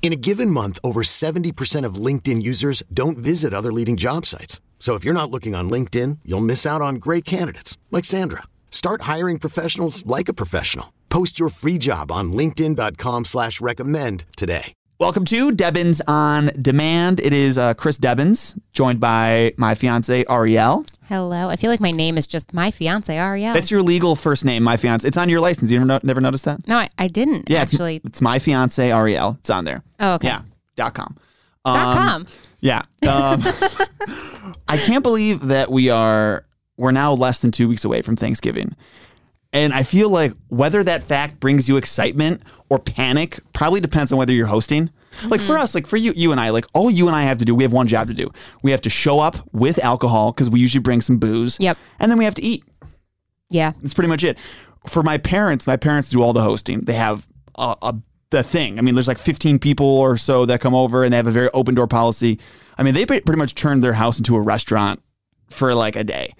In a given month, over 70% of LinkedIn users don't visit other leading job sites. So if you're not looking on LinkedIn, you'll miss out on great candidates like Sandra. Start hiring professionals like a professional. Post your free job on linkedin.com slash recommend today. Welcome to Debbins on Demand. It is uh, Chris Debbins, joined by my fiance Ariel. Oh. Hello. I feel like my name is just my fiance Ariel. That's your legal first name, my fiance. It's on your license. You never, no- never noticed that? no, I, I didn't Yeah, it's- actually. it's, my fiance Ariel. It's on there. Oh, okay. Yeah, dot com. um, Dot com. Yeah. Um, I can't believe that we are we're now less than 2 weeks away from Thanksgiving. And I feel like whether that fact brings you excitement or panic probably depends on whether you're hosting. Like for us, like for you you and I, like all you and I have to do, we have one job to do. We have to show up with alcohol cuz we usually bring some booze. Yep. And then we have to eat. Yeah. That's pretty much it. For my parents, my parents do all the hosting. They have a, a the thing. I mean, there's like 15 people or so that come over, and they have a very open door policy. I mean, they pre- pretty much turned their house into a restaurant for like a day.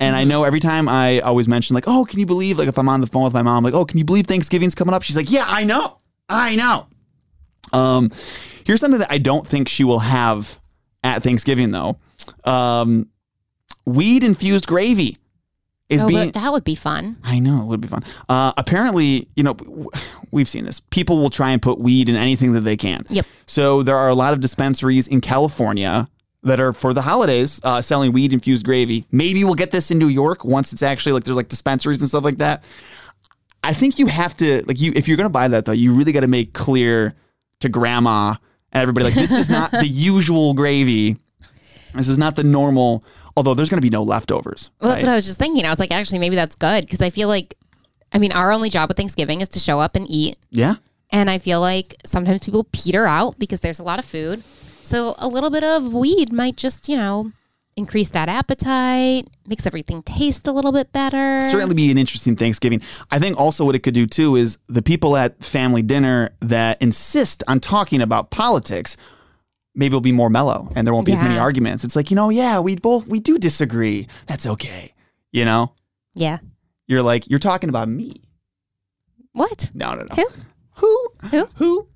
And I know every time I always mention like, oh, can you believe like if I'm on the phone with my mom, like, oh, can you believe Thanksgiving's coming up? She's like, yeah, I know, I know. Um, here's something that I don't think she will have at Thanksgiving though. Um, weed infused gravy is oh, being but that would be fun. I know it would be fun. Uh, apparently, you know, w- we've seen this. People will try and put weed in anything that they can. Yep. So there are a lot of dispensaries in California that are for the holidays uh, selling weed infused gravy. Maybe we'll get this in New York once it's actually like there's like dispensaries and stuff like that. I think you have to like you if you're gonna buy that though, you really got to make clear to grandma and everybody like this is not the usual gravy. This is not the normal. Although there's gonna be no leftovers. Well, that's right? what I was just thinking. I was like, actually, maybe that's good because I feel like, I mean, our only job with Thanksgiving is to show up and eat. yeah. And I feel like sometimes people peter out because there's a lot of food. So a little bit of weed might just, you know, increase that appetite, makes everything taste a little bit better. certainly be an interesting Thanksgiving. I think also what it could do too is the people at family dinner that insist on talking about politics maybe will be more mellow and there won't be as many Yeah. arguments. It's like, you know, yeah, we both we do disagree. That's okay. You know? Yeah. You're like, you're talking about me. What? No, no, no. Who? Who? Who?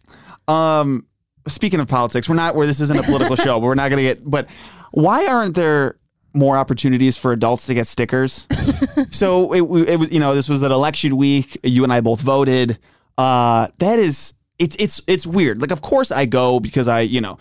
Who? Um, speaking of politics, we're not where this isn't a political show, but we're not going to get. But why aren't there more opportunities for adults to get stickers? so it, we- it was, you know, this was an election week. You and I both voted. Uh, that is, it's it's it's weird. Like, of course I go because I, you know.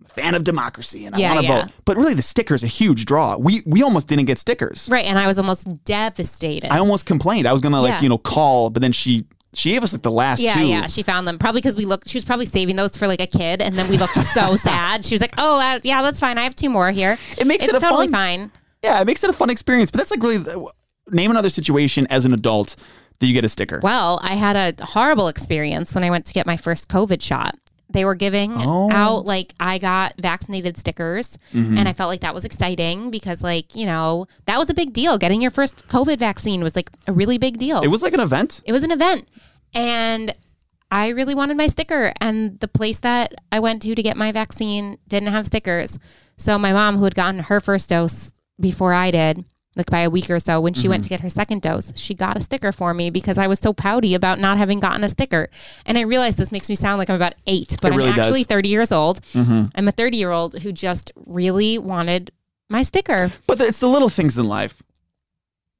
I'm a Fan of democracy, and I Yeah, want to yeah. vote. But really, the sticker's a huge draw. We we almost didn't get stickers. Right. And I was almost devastated. I almost complained. I was gonna like Yeah. you know call, but then she she gave us like the last Yeah, two. yeah, she found them probably because we looked. She was probably saving those for like a kid, and then we looked so sad. She was like, "Oh, uh, yeah, that's fine. I have two more here. It makes it's it a totally fun- fine." Yeah, it makes it a fun experience. But that's like really the, name another situation as an adult that you get a sticker. Well, I had a horrible experience when I went to get my first COVID shot. They were giving Oh. Mm-hmm. out like I got vaccinated stickers, and I felt like that was exciting because like you know that was a big deal. Getting your first COVID vaccine was like a really big deal. It was like an event. it was an event and i really wanted my sticker and the place that i went to to get my vaccine didn't have stickers so my mom who had gotten her first dose before i did like by a week or so when she Mm-hmm. went to get her second dose she got a sticker for me because i was so pouty about not having gotten a sticker and i realize this makes me sound like i'm about eight but It really i'm does. Mm-hmm. actually 30 years old i'm a 30 year old who just really wanted my sticker But it's the little things in life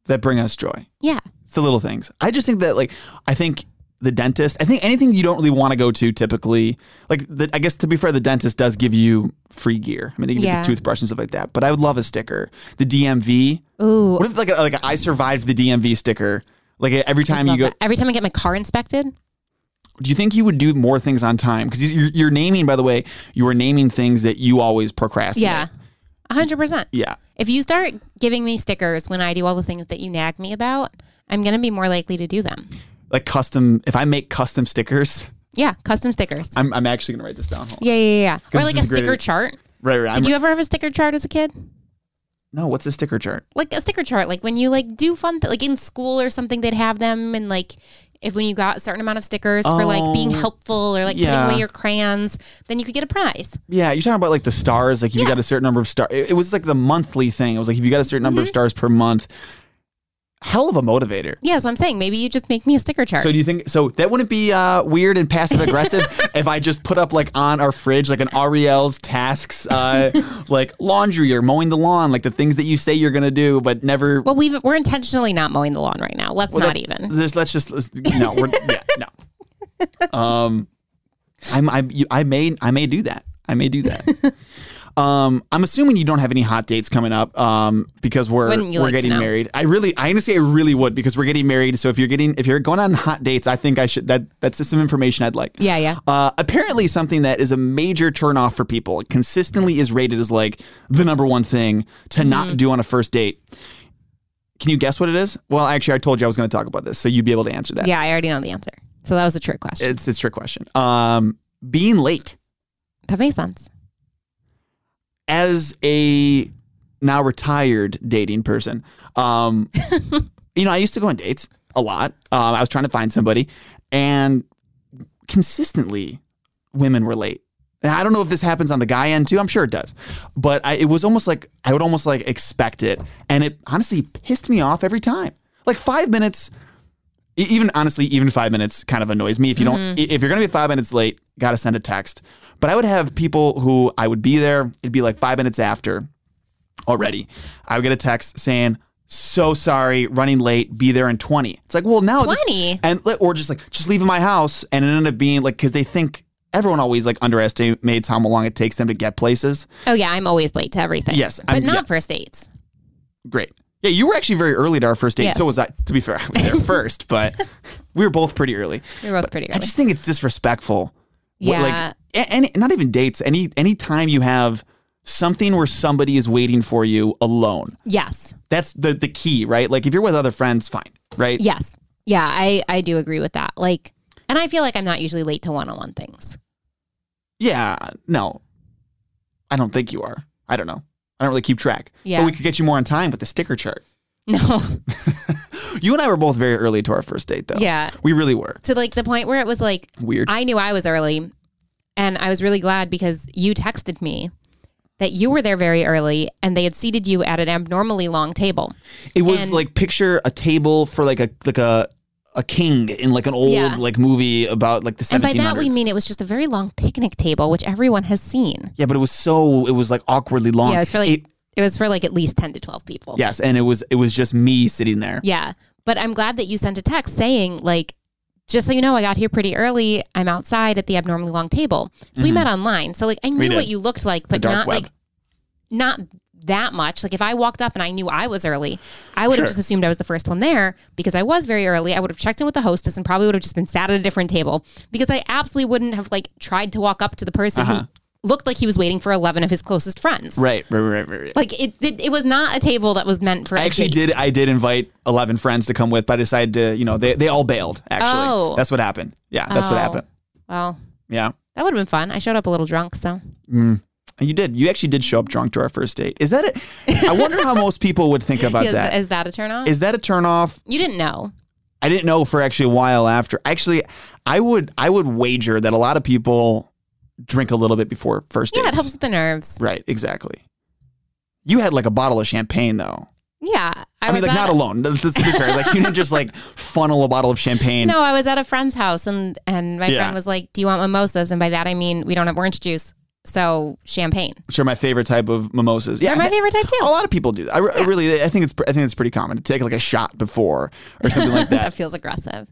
that bring us joy. yeah It's the little things. I just think that like I think the dentist. I think anything you don't really want to go to typically like the, I guess to be fair, the dentist does give you free gear. I mean, they give Yeah. you toothbrush and stuff like that. But I would love a sticker. The DMV. ooh What if like a, like a I survived the DMV sticker? Like every time you Love go, that. Every time I get my car inspected, do you think you would do more things on time? Because you're, you're naming, by the way, you are naming things that you always procrastinate. yeah, hundred percent. Yeah. If you start giving me stickers when I do all the things that you nag me about, I'm gonna be more likely to do them. Like custom, if I make custom stickers, Yeah, custom stickers. I'm, I'm actually going to write this down. Hold on. yeah, yeah, yeah. Or this like a is a great sticker idea. chart. Right, right. I'm- Did you ever have a sticker chart as a kid? no, what's a sticker chart? Like a sticker chart, like when you like do fun, th- like in school or something, they'd have them, and like if when you got a certain amount of stickers for like being Oh, helpful or like yeah. putting away your crayons, then you could get a prize. Yeah, you're talking about like the stars. Like if you got a certain number of stars, it, it was like the monthly thing. It was like if you got a certain Mm-hmm. number of stars per month, hell of a motivator. Yeah, so I'm saying maybe you just make me a sticker chart. So do you think so? That wouldn't be uh, weird and passive aggressive if I just put up like on our fridge like an Ariel's tasks, uh, like laundry or mowing the lawn, like the things that you say you're gonna do but never. well, we've we're intentionally not mowing the lawn right now. Let's Well, not that- even. Just, let's just let's, no. We're, yeah, no. Um, I'm, I'm you, I may I may do that. I may do that. Um, I'm assuming you don't have any hot dates coming up, um, because we're Wouldn't you we're like to getting know? married. I really, I honestly, I really would because we're getting married. So if you're getting, if you're going on hot dates, I think I should. That that's just some information I'd like. Yeah, yeah. Uh, apparently, something that is a major turnoff for people consistently is rated as like the number one thing to Mm-hmm. not do on a first date. Can you guess what it is? Well, actually, I told you I was going to talk about this, so you'd be able to answer that. Yeah, I already know the answer. So that was a trick question. it's it's a trick question. Um, being late that makes sense. as a now retired dating person. Um, you know, I used to go on dates a lot. Um, I was trying to find somebody, and consistently, women were late. And I don't know if this happens on the guy end too. I'm sure it does, but I, it was almost like I would almost like expect it, and it honestly pissed me off every time. Like five minutes, e- even honestly, even five minutes kind of annoys me. If you don't, i- if you're gonna be five minutes late, gotta send a text. But I would have people who I would be there. It'd be like five minutes after, already. I would get a text saying, "So sorry, running late. Be there in 20." It's like, well, now this- 20? and like, or just like just leaving my house, and it ended up being like because they think everyone always like underestimates how long it takes them to get places. Oh yeah, I'm always late to everything. Yes, but I'm- not yeah. first dates. Great. Yeah, you were actually very early to our first date. Yes. So was I. To be fair, I was there first, but we were both pretty early. You're both pretty I early. just think it's disrespectful. What, Yeah. Like, a- any, not even dates. Any any time you have something where somebody is waiting for you alone. yes, That's the the key, right? Like if you're with other friends, fine, right? yes, yeah. I I do agree with that. Like, and I feel like I'm not usually late to one-on-one things. Yeah. No, I don't think you are. I don't know. I don't really keep track. Yeah. But we could get you more on time with the sticker chart. No, You and I were both very early to our first date, though. Yeah. We really were. to like the point where it was like Weird. I knew I was early, and I was really glad because you texted me that you were there very early, and they had seated you at an abnormally long table. It was And- like picture a table for like a like a a king in like an old Yeah. like movie about like the 1700s. And by that we mean it was just a very long picnic table, which everyone has seen. yeah, but it was so it was like awkwardly long. Yeah, it was for like It- it, was for like at least ten to twelve people. yes, and it was it was just me sitting there. Yeah. But I'm glad that you sent a text saying, like, just so you know, I got here pretty early. I'm outside at the abnormally long table. So we met online. So like I knew Mm-hmm. did. what you looked like, but dark not web. like not that much. Like if I walked up and I knew I was early, I would have just assumed I was the first one there because I was very early. I would have checked in with the hostess and probably would have just been sat at a different table because I absolutely wouldn't have like tried to walk up to the person who looked like he was waiting for eleven of his closest friends. Uh-huh. Right, right, right, right. right. Like it, it, it was not a table that was meant for. I a actually date. did. I did invite eleven friends to come with, but I decided to. You know, they, they all bailed. Actually, Oh. that's what happened. Yeah, that's what Oh. happened. Well, Yeah, That would have been fun. I showed up a little drunk, so and you did. You actually did show up drunk to our first date. Is that it? I wonder how most people would think about is, that. is that a turn off? Is that a turnoff? you didn't know. I didn't know for actually a while after. Actually, I would I would wager that a lot of people drink a little bit before first Yeah, it dates. helps with the nerves. Right, exactly. You had like a bottle of champagne though. Yeah, I, mean, was like at not a, alone. Let's, let's be fair. Like you didn't just like funnel a bottle of champagne. No, I was at a friend's house, and and my Yeah. friend was like, "Do you want mimosas?" And by that I mean we don't have orange juice, so champagne. Which are my favorite type of mimosas. Yeah, They're my I thi- favorite type too. A lot of people do that. I, re- I really, I think it's, I think it's pretty common to take like a shot before or something like that. that feels aggressive.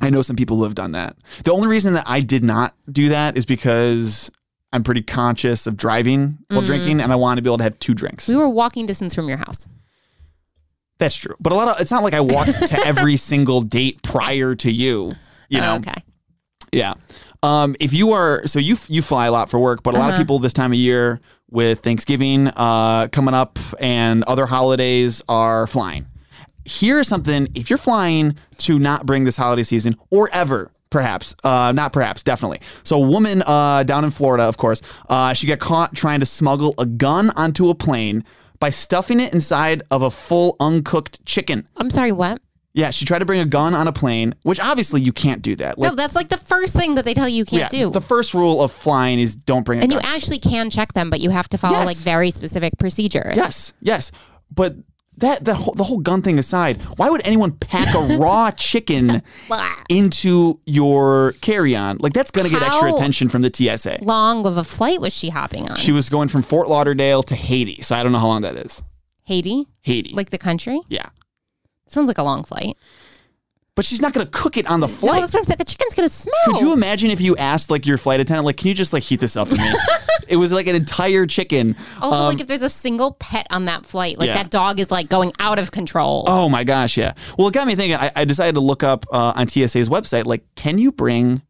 I know some people who have done that. The only reason that I did not do that is because I'm pretty conscious of Mm. driving while drinking, and I want to be able to have two drinks. We were walking distance from your house. That's true. But a lot of it's not like I walked to every single date prior to you. You know. Oh, okay. Yeah. Um, if you are so you you fly a lot for work, but a lot of people this time of year with Thanksgiving uh, coming up and other holidays are flying. Here's something: if you're flying to not bring this holiday season or ever. Perhaps, uh, not perhaps, definitely. So, a woman uh, down in Florida, of course, uh, she got caught trying to smuggle a gun onto a plane by stuffing it inside of a full uncooked chicken. I'm sorry, what? Yeah, she tried to bring a gun on a plane, which obviously you can't do that. Like, no, that's like the first thing that they tell you you can't yeah, do. The first rule of flying is don't bring a and you gun. actually can check them, but you have to follow Yes. like very specific procedures. yes, yes. But that that whole, the whole gun thing aside, why would anyone pack a raw chicken Blah. into your carry-on? Like that's going to get extra How- attention from the TSA. Long of a flight was she hopping on? She was going from Fort Lauderdale to Haiti, so I don't know how long that is. Haiti, Haiti. like the country. yeah. Sounds like a long flight. But she's not going to cook it on the No, flight. that's what I'm saying. The chicken's gonna smell. Could you imagine if you asked like your flight attendant like can you just like heat this up for me? it was like an entire chicken. Also, Um, like if there's a single pet on that flight, like Yeah. that dog is like going out of control. Oh my gosh, yeah. Well, it got me thinking. I, I decided to look up uh, on TSA's website, like, can you bring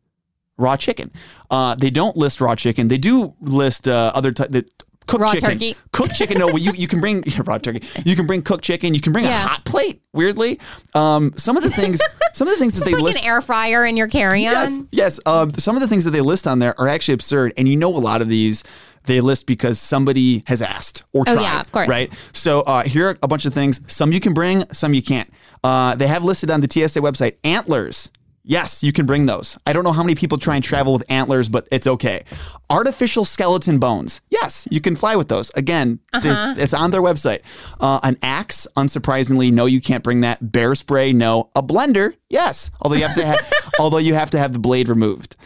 raw chicken? Uh, they don't list raw chicken. They do list uh, other type. the cooked Raw chicken. turkey. Cooked chicken. No, well, you you can bring yeah, raw turkey. You can bring cooked chicken. You can bring Yeah. a hot plate. Weirdly, um, some of the things some of the things that Just they like list. an air fryer in your carry-on. Yes, yes. Um, some of the things that they list on there are actually absurd, and you know a lot of these they list because somebody has asked or Oh, tried. yeah, of course. Right. So uh, here are a bunch of things. Some you can bring, some you can't. Uh, they have listed on the TSA website antlers. Yes, you can bring those. I don't know how many people try and travel with antlers, but it's okay. Artificial skeleton bones. Yes, you can fly with those. Again, they- it's on their website. Uh, an axe, unsurprisingly, no, you can't bring that. Bear spray, no. A blender, yes. Although you have to have, although you have to have the blade removed,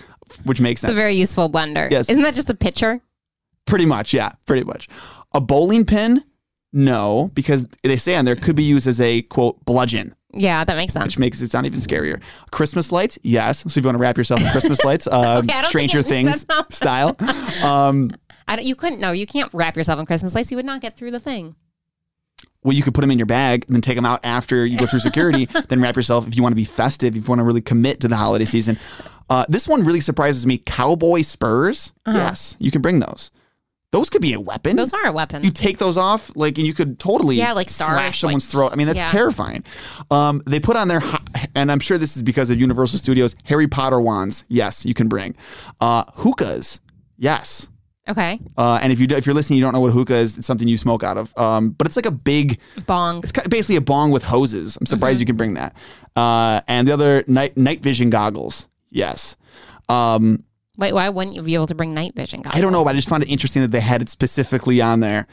which makes It's sense. a very useful blender. Yes. Isn't that just a picture? Pretty much, yeah, pretty much. A bowling pin? No, because they say on there could be used as a quote bludgeon, Yeah, that makes sense. which makes it sound even scarier. Christmas lights? Yes. So if you want to wrap yourself in Christmas lights, uh, Okay, I don't Stranger think it- Things style. Um, I don't, you couldn't. No, you can't wrap yourself in Christmas lace. You would not get through the thing. well, you could put them in your bag and then take them out after you go through security, then wrap yourself if you want to be festive, if you want to really commit to the holiday season. Uh, this one really surprises me. Cowboy spurs? Yes, you can bring those. Those could be a weapon. Uh-huh. Those are a weapon. you take those off, like, and you could totally Yeah, like stars, slash someone's like- throat. I mean, that's yeah. terrifying. Um, they put on their, ho- and I'm sure this is because of Universal Studios Harry Potter wands. Yes, you can bring uh, hookahs. Yes, okay. uh, and if you do, if you're listening, you don't know what hookah is. It's something you smoke out of. Um, but it's like a big, Bong. it's ki- basically a bong with hoses. I'm Mm-hmm. surprised you can bring that. Uh, and the other night night vision goggles. Yes. Um, Wait, why wouldn't you be able to bring night vision goggles? I don't know, but I just found it interesting that they had it specifically on there.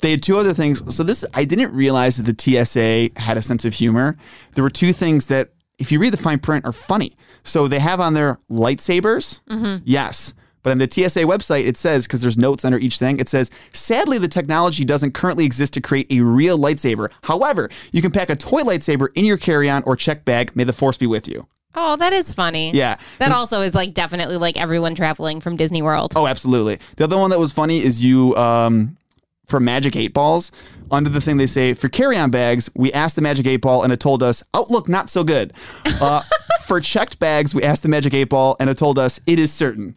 They had two other things. So this, I didn't realize that the TSA had a sense of humor. There were two things that, if you read the fine print, are funny. So they have on there lightsabers. Yes. But on the TSA website, it says, because there's notes under each thing, it says, sadly, the technology doesn't currently exist to create a real lightsaber. However, you can pack a toy lightsaber in your carry on or check bag. May the force be with you. Oh, that is funny. Yeah. Mm. That also is like definitely like everyone traveling from Disney World. Oh, absolutely. The other one that was funny is you um for Magic Eight Balls. Under the thing they say for carry-on bags, we asked the Magic Eight Ball and it told us outlook not so good. Uh, for checked bags, we asked the Magic Eight Ball and it told us it is certain.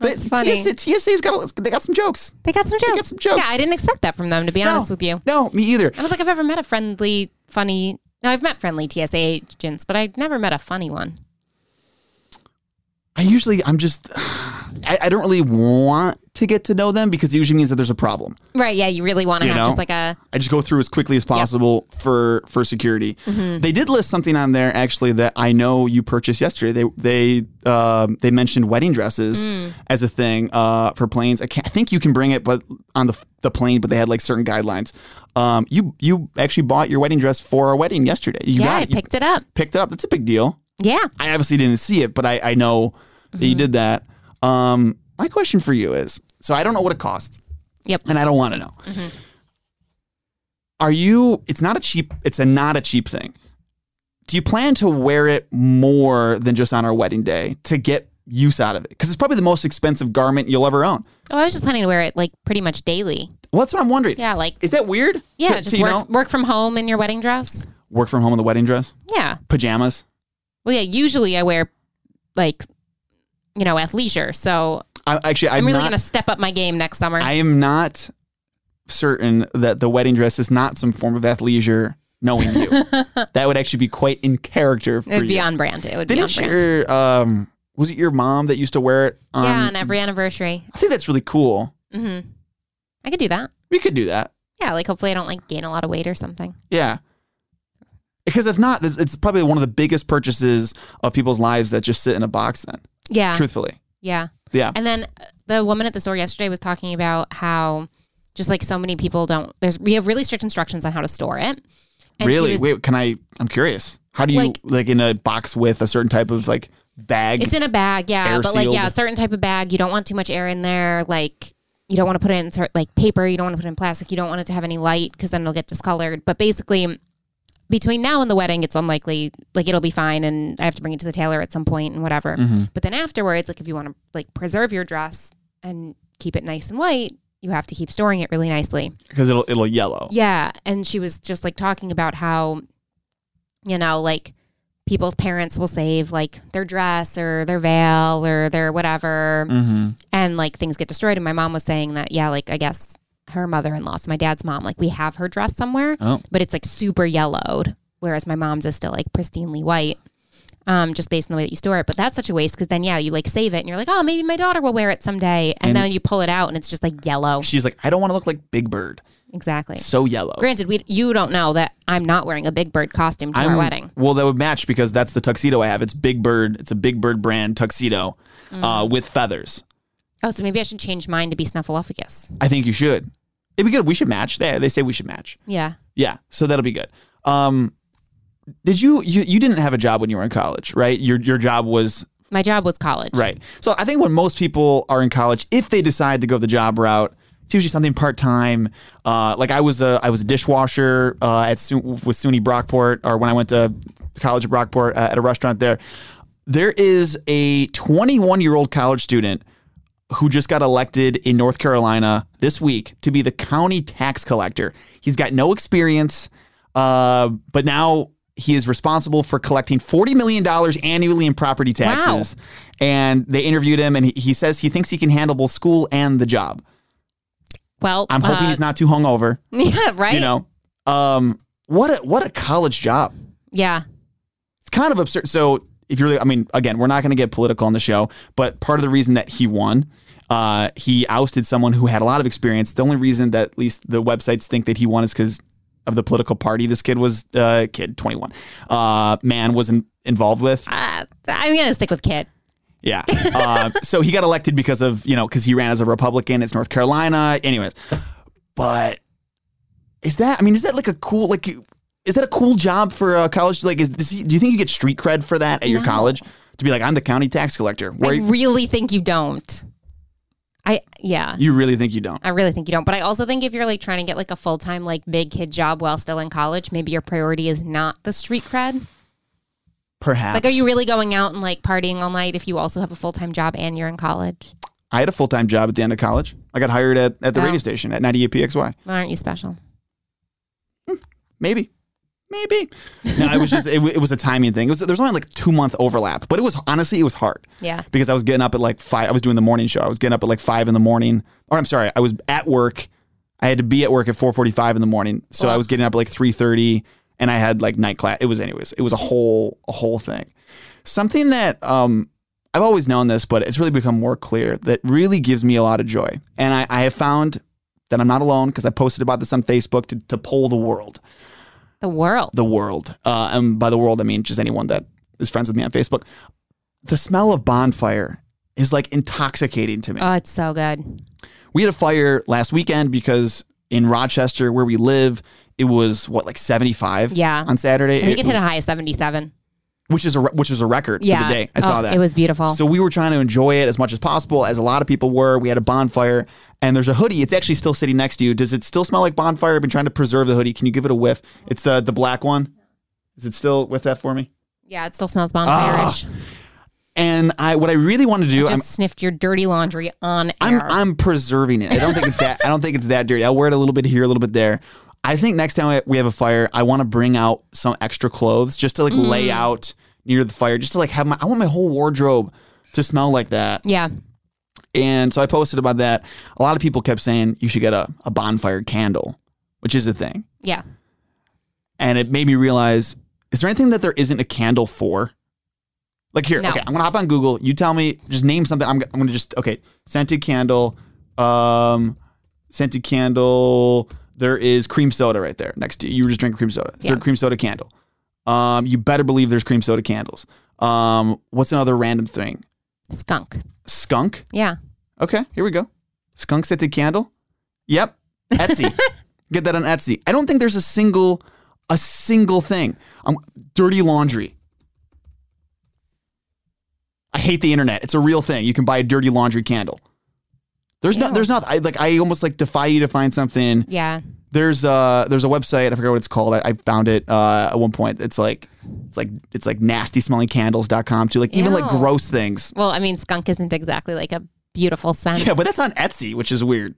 That's They- funny. TSA, TSA's got a- they got some jokes. They got some jokes. got some jokes. Yeah, I didn't expect that from them. To be honest no, with you, No, me either. I don't think I've ever met a friendly, funny. No, I've met friendly TSA agents, but I've never met a funny one. I usually I'm just I, I don't really want to get to know them because it usually means that there's a problem. Right? Yeah, you really want to You have know? just like a. I just go through as quickly as possible for for security. Mm-hmm. They did list something on there actually that I know you purchased yesterday. They they um, they mentioned wedding dresses Mm. as a thing uh, for planes. I, can't, I think you can bring it, but on the the plane, but they had like certain guidelines. Um, you you actually bought your wedding dress for our wedding yesterday. You yeah, got I it. You picked it up. picked it up. That's a big deal. Yeah. I obviously didn't see it, but I I know that Mm-hmm. you did that. Um, my question for you is: so I don't know what it cost Yep. and I don't want to know. Are you? It's not a cheap. It's a not a cheap thing. Do you plan to wear it more than just on our wedding day to get use out of it? Because it's probably the most expensive garment you'll ever own. Oh, I was just planning to wear it like pretty much daily. Well, that's what I'm wondering. Yeah, like- is that weird? Yeah, to, just to, you work, know, work from home in your wedding dress. work from home in the wedding dress, Yeah. pajamas. Well, yeah. Usually I wear like, you know, athleisure. So I, actually, I'm, I'm, really not, gonna step up my game next summer. I am not certain that the wedding dress is not some form of athleisure. Knowing you, that would actually be quite in character for It'd you. be on brand. It would be on Didn't brand. your um was it your mom that used to wear it? On, yeah, on every anniversary. I think that's really cool. hmm I could do that. We could do that. Yeah, like hopefully I don't like gain a lot of weight or something. Yeah. Because if not, it's- it's probably one of the biggest purchases of people's lives that just sit in a box. Then, Yeah. truthfully, Yeah. yeah, And then uh, the woman at the store yesterday was talking about how just like so many people don't there's we have really strict instructions on how to store it. And she really. was- Wait, can I? I'm curious. How do you like, Like- in a box with a certain type of like bag? It's in a bag, yeah. Air but like, yeah, sealed. a certain type of bag. You don't want too much air in there. Like, you don't want to put it in cer- like paper. You don't want to put it in plastic. You don't want it to have any light because then it'll get discolored. But basically, between now and the wedding, it's unlikely. Like, it'll be fine, and I have to bring it to the tailor at some point and whatever. Mm-hmm. But then afterwards, like, if you want to like preserve your dress and keep it nice and white. You have to keep storing it really nicely. because it'll it'll yellow. Yeah. And she was just like talking about how, you know, like people's parents will save like their dress or their veil or their whatever. Mm-hmm. And like things get destroyed. And my mom was saying that, yeah, like I guess her mother in law, so my dad's mom, like we have her dress somewhere, Oh. but it's like super yellowed, whereas my mom's is still like pristinely white. Um, just based on the way that you store it, but that's such a waste because then yeah, you like save it and you're like, oh, maybe my daughter will wear it someday, and, And- then you pull it out and it's just like yellow. She's like, I don't want to look like Big Bird. Exactly. So yellow. Granted, we you don't know that I'm not wearing a Big Bird costume to our wedding. Well, that would match because that's the tuxedo I have. It's Big Bird. It's a Big Bird brand tuxedo Mm. uh, with feathers. Oh, so maybe I should change mine to be Snuffleupagus. I think you should. It'd be good. We should match. They they say we should match. Yeah. Yeah, so that'll be good. Um, did you, you you didn't have a job when you were in college, right? Your your job was My job was college. right. So I think when most people are in college, if they decide to go the job route, it's usually something part time. Uh, like I was a I was a dishwasher uh, at Su- with SUNY Brockport, or when I went to college at Brockport uh, at a restaurant there. There is a 21 year old college student who just got elected in North Carolina this week to be the county tax collector. He's got no experience, uh, but now he is responsible for collecting $40 million annually in property taxes. And they interviewed him, and he, he says he thinks he can handle both school and the job. Well, I'm hoping uh, he's not too hungover. Yeah. Right. You know, um, what a what a college job. Yeah. It's kind of absurd. So if you're, really- I mean, again, we're not going to get political on the show, but part of the reason that he won, uh, he ousted someone who had a lot of experience. The only reason that at least the websites think that he won is because of the political party this kid was, uh, kid 21, uh, man was in, involved with. Uh, I'm gonna stick with Kit. Yeah. Uh, so he got elected because of, you know, because he ran as a Republican. It's North Carolina. Anyways, but is that, I mean, is that like a cool, like, is that a cool job for a college? Like, is, does he, do you think you get street cred for that at your No. college? To be like, I'm the county tax collector. Where I you, really think you don't. I yeah. you really think you don't? I really think you don't. But I also think if you're like trying to get like a full time like big kid job while still in college, maybe your priority is not the street cred. Perhaps. Like, are you really going out and like partying all night if you also have a full time job and you're in college? I had a full time job at the end of college. I got hired at, at the Oh. radio station at 98 PXY. Well, aren't you special? Maybe. Maybe. No, I was just, it, wa- it was a timing thing. It was, there was only like two month overlap, but it was honestly, it was hard. Yeah. because I was getting up at like five. I was doing the morning show. I was getting up at like five in the morning, or I'm sorry, I was at work. I had to be at work at 4:45 in the morning, so I was getting up at like 3:30, and I had like night class. It was anyways, it was a whole a whole thing. Something that um I've always known this, but it's really become more clear that really gives me a lot of joy, and I, I have found that I'm not alone because I posted about this on Facebook to, to poll the world The world. the world. Uh, and by the world, I mean just anyone that is friends with me on Facebook. The smell of bonfire is like intoxicating to me. Oh, it's so good. we had a fire last weekend because in Rochester, where we live, it was what like 75 Yeah. on Saturday, I think It it hit was- a high of 77. which is a re- which was a record Yeah. for the day. I Oh, saw that. It was beautiful. So we were trying to enjoy it as much as possible, as a lot of people were. We had a bonfire, and there's a hoodie. It's actually still sitting next to you. Does it still smell like bonfire? I've been trying to preserve the hoodie. Can you give it a whiff? It's the the black one. Is it still with that for me? yeah, it still smells bonfire-ish. And I, what I really want to do, Just Ah. I'm, sniffed your dirty laundry on air. I'm, I'm preserving it. I don't think it's that. I don't think it's that dirty. I'll wear it a little bit here, a little bit there. I think next time we- we have a fire, I want to bring out some extra clothes just to like lay out near the fire, just to like have my. I want my whole wardrobe to smell like that. yeah. And so I posted about that. A lot of people kept saying you should get a, a bonfire candle, which is a thing. Yeah. And it made me realize is there anything that there isn't a candle for? Like here, No. okay, I'm going to hop on Google. You tell me, just name something. I'm, g- I'm going to just, okay, scented candle, um, scented candle. There is cream soda right there next to you. You were just drinking cream soda. Is there a Yeah. cream soda candle? Um, you better believe there's cream soda candles. Um, what's another random thing? Skunk. Skunk. Yeah. Okay, here we go. Skunk scented candle. Yep. Etsy. Get that on Etsy. I don't think there's a single a single thing. Um, dirty laundry. I hate the internet. It's a real thing. You can buy a dirty laundry candle. There's no Ew. there's not I like I almost like defy you to find something. Yeah. There's uh there's a website, I forgot what it's called. I, I found it uh at one point. It's like it's like it's like nasty smelling candles.com too. Like even like Ew. gross things. Well, I mean, skunk isn't exactly like a beautiful scent. Yeah, but that's on Etsy, which is weird.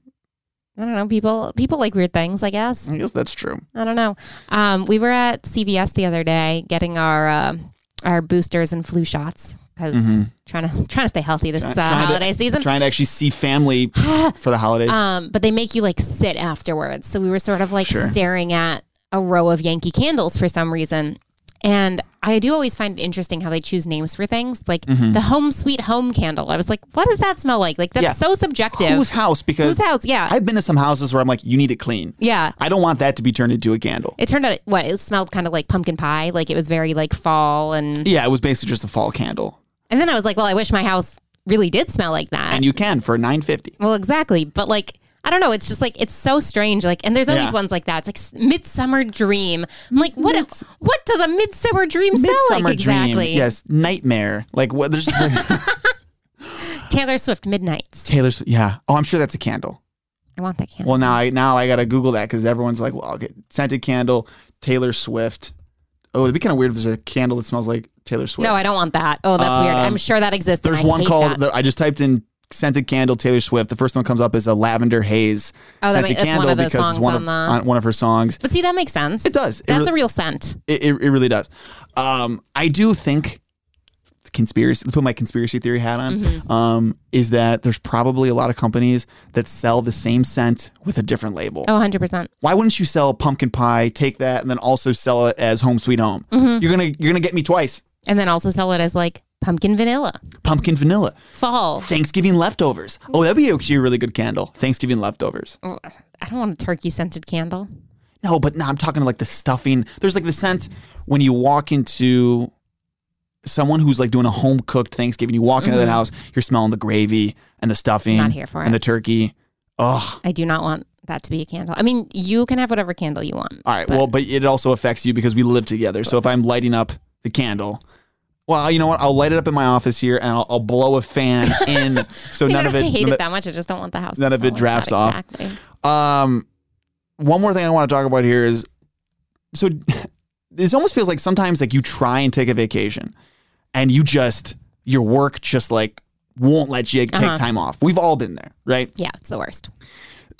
I don't know. People people like weird things, I guess. I guess that's true. I don't know. Um, we were at CVS the other day getting our uh, our boosters and flu shots because trying to trying to stay healthy this uh, Trying Mm-hmm. to- holiday season. Trying to actually see family for the holidays. Um, but they make you like sit afterwards. So we were sort of like Sure. staring at a row of Yankee candles for some reason. And I do always find it interesting how they choose names for things, like the home sweet home candle. I was like, what does that smell like? Like that's Mm-hmm. Yeah. so subjective. Whose house? Because Whose house? Yeah. I've been to some houses where I'm like, you need it clean. yeah. I don't want that to be turned into a candle. It turned out what it smelled kind of like pumpkin pie. Like it was very like fall and Yeah, it was basically just a fall candle, and then I was like, well, I wish my house really did smell like that. and you can for nine fifty. well, exactly. But like. I don't know. It's just like it's so strange. Like, and there's always Yeah. ones like that. It's like s- midsummer dream. I'm like, what? what does a midsummer dream smell Midsummer like exactly? dream, yes, nightmare. Like what? There's just like, Taylor Swift, Midnight's. Taylor's. Yeah. Oh, I'm sure that's a candle. I want that candle. Well, now I now I gotta Google that because everyone's like, well, okay, scented candle, Taylor Swift. Oh, it'd be kind of weird if there's a candle that smells like Taylor Swift. no, I don't want that. Oh, that's weird. Um, I'm sure that exists. and There's I one hate called that. that I just typed in scented candle Taylor Swift. The first one comes up as a lavender haze Oh, that scented ma- that's one candle of the because it's songs one of on the- on one of her songs. but see, that makes sense. It does. It That's re- a real scent. It, it, it really does. Um, I do think conspiracy. Let's put my conspiracy theory hat on. Mm-hmm. Um, is that there's probably a lot of companies that sell the same scent with a different label. Oh, 100 percent. Why wouldn't you sell pumpkin pie? Take that and then also sell it as home sweet home. Mm-hmm. You're gonna you're gonna get me twice. And then also sell it as like pumpkin vanilla, Pumpkin vanilla. fall. Thanksgiving leftovers. Oh, that'd be actually a really good candle. Thanksgiving leftovers. Oh, I don't want a turkey scented candle. No, but no, I'm talking like the stuffing. There's like the scent when you walk into someone who's like doing a home cooked Thanksgiving. You walk into that house, you're smelling the gravy and the stuffing Mm-hmm. Not here for and it. the turkey. Ugh. I do not want that to be a candle. I mean, you can have whatever candle you want. All right. well, but it also affects you because we live together. So if I'm lighting up the candle, well, you know what? I'll light it up in my office here and I'll, I'll blow a fan in. So I mean, none I of don't it. hate none it of- that much. I just don't want the house. to none of smell it like drafts that. off. Exactly. Um, one more thing I want to talk about here is so this almost feels like sometimes like you try and take a vacation and you just your work just like won't let you take Uh-huh. time off. We've all been there, right? Yeah, it's the worst.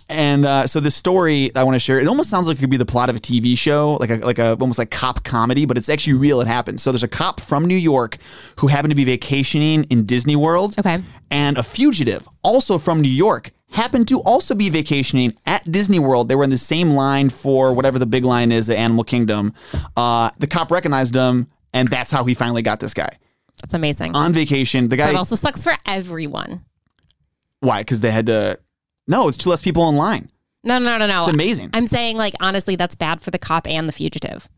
And uh, so this story I want to share, it almost sounds like it could be the plot of a TV show, like a like a almost like cop comedy, but it's actually real. It happened. So there's a cop from New York who happened to be vacationing in Disney World. Okay. And a fugitive, also from New York, happened to also be vacationing at Disney World. They were in the same line for whatever the big line is, the Animal Kingdom. Uh, the cop recognized him, and that's how he finally got this guy That's amazing. on vacation. The guy That also sucks for everyone. why? Because they had to. No, it's two less people in line. No, no, no, no. It's amazing. I'm saying, like, honestly, that's bad for the cop and the fugitive.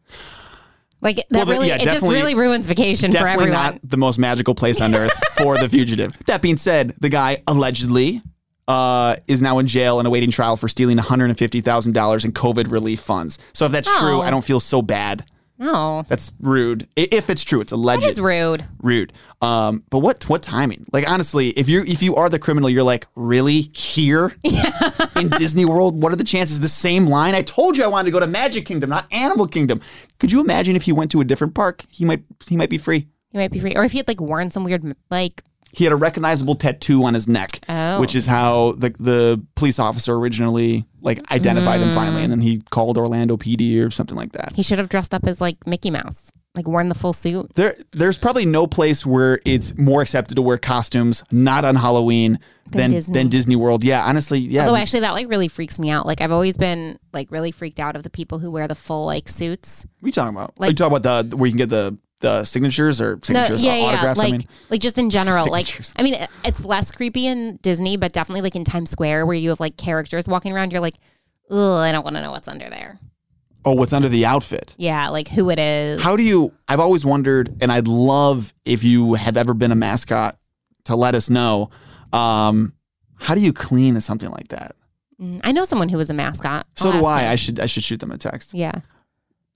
Like, that Well, the- really, yeah, it just definitely- really ruins vacation for definitely everyone. not the most magical place on earth for the fugitive. That being said, the guy allegedly uh, is now in jail and awaiting trial for stealing $150,000 in COVID relief funds. So if that's true, Oh. I don't feel so bad. No, That's rude. I- If it's true, it's alleged. that is rude. rude. Um, but what what timing? Like honestly, if you if you are the criminal, you're like really here in Disney World. What are the chances? The same line. I told you I wanted to go to Magic Kingdom, not Animal Kingdom. Could you imagine if he went to a different park? He might he might be free. He might be free. Or if he had like worn some weird like He had a recognizable tattoo on his neck, Oh. which is how the the police officer originally like identified him finally, Mm. and then he called Orlando PD or something like that. he should have dressed up as like Mickey Mouse, like worn the full suit. There, there's probably no place where it's more accepted to wear costumes not on Halloween Than than Disney. than Disney World. Yeah, honestly, yeah. Although actually that like really freaks me out. Like I've always been like really freaked out of the people who wear the full like suits. What are you talking about? Like- Are you talking about the where you can get the the signatures or signatures or autographs? Like, I mean, like just in general, like Signatures. I mean, it- it's less creepy in Disney, but definitely like in Times Square where you have like characters walking around. You're like, ugh, I don't want to know what's under there. oh, what's under the outfit? Yeah, like who it is. How do you? I've always wondered, and I'd love if you have ever been a mascot to let us know. Um, how do you clean something like that? Mm, I know someone who was a mascot. So I'll do ask I. him. I should I should shoot them a text. yeah,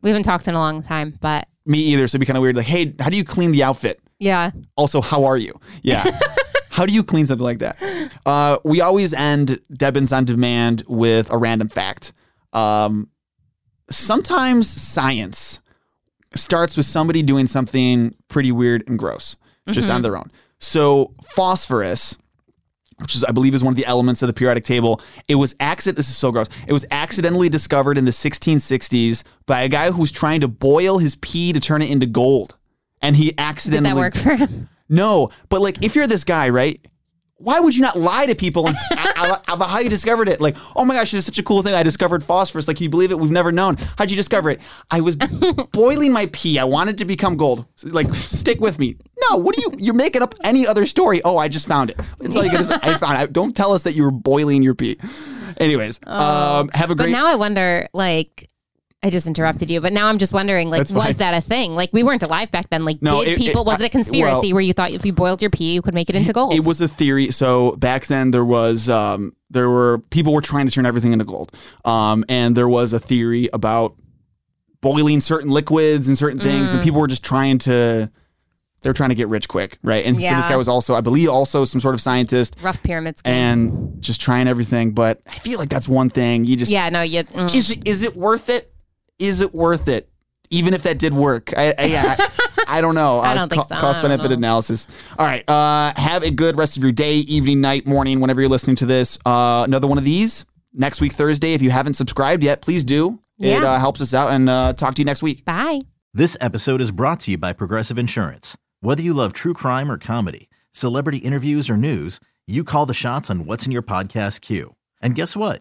we haven't talked in a long time, but Me either. So it'd be kind of weird. Like, hey, how do you clean the outfit? yeah, also how are you yeah how do you clean something like that uh, we always end debbins on demand with a random fact um, sometimes science starts with somebody doing something pretty weird and gross just Mm-hmm. on their own so phosphorus which is, I believe, is one of the elements of the periodic table. It was accident. This is so gross. It was accidentally discovered in the 1660s by a guy who was trying to boil his pee to turn it into gold, and he did accidentally that work for him? no, but like if you're this guy, right? Why would you not lie to people and- about about how you discovered it? Like, oh my gosh, this is such a cool thing. I discovered phosphorus. Like, can you believe it? We've never known. How'd you discover it? I was boiling my pee. I wanted to become gold. Like, stick with me. No, what are you? You're making up any other story. Oh, I just found it. It's like, I found it. Don't tell us that you were boiling your pee. Anyways, um, have a But great now I wonder, like, I just interrupted you, but now I'm just wondering, like, That's was fine. that a thing? Like, we weren't alive back then. Like, No, did it- people, it- was it I- a conspiracy well- where you thought if you boiled your pee, you could make it into gold? It was a theory. So back then there was um, there were people were trying to turn everything into gold, um, and there was a theory about boiling certain liquids and certain things, Mm. and people were just trying to they were trying to get rich quick, right? And so this Yeah. guy was also, I believe, also some sort of scientist Rough pyramid scheme. and just trying everything. But I feel like that's one thing you just yeah, no, you. mm. is it, is it worth it? Is it worth it? Even if that did work, I I, yeah, I, I don't know. Uh, I don't think so. I Cost don't benefit know. analysis. All right. Uh, have a good rest of your day, evening, night, morning, whenever you're listening to this. Uh, another one of these next week Thursday. If you haven't subscribed yet, please do. It Yeah. uh, helps us out. And uh, talk to you next week. Bye. This episode is brought to you by Progressive Insurance. Whether you love true crime or comedy, celebrity interviews or news, you call the shots on what's in your podcast queue. And guess what?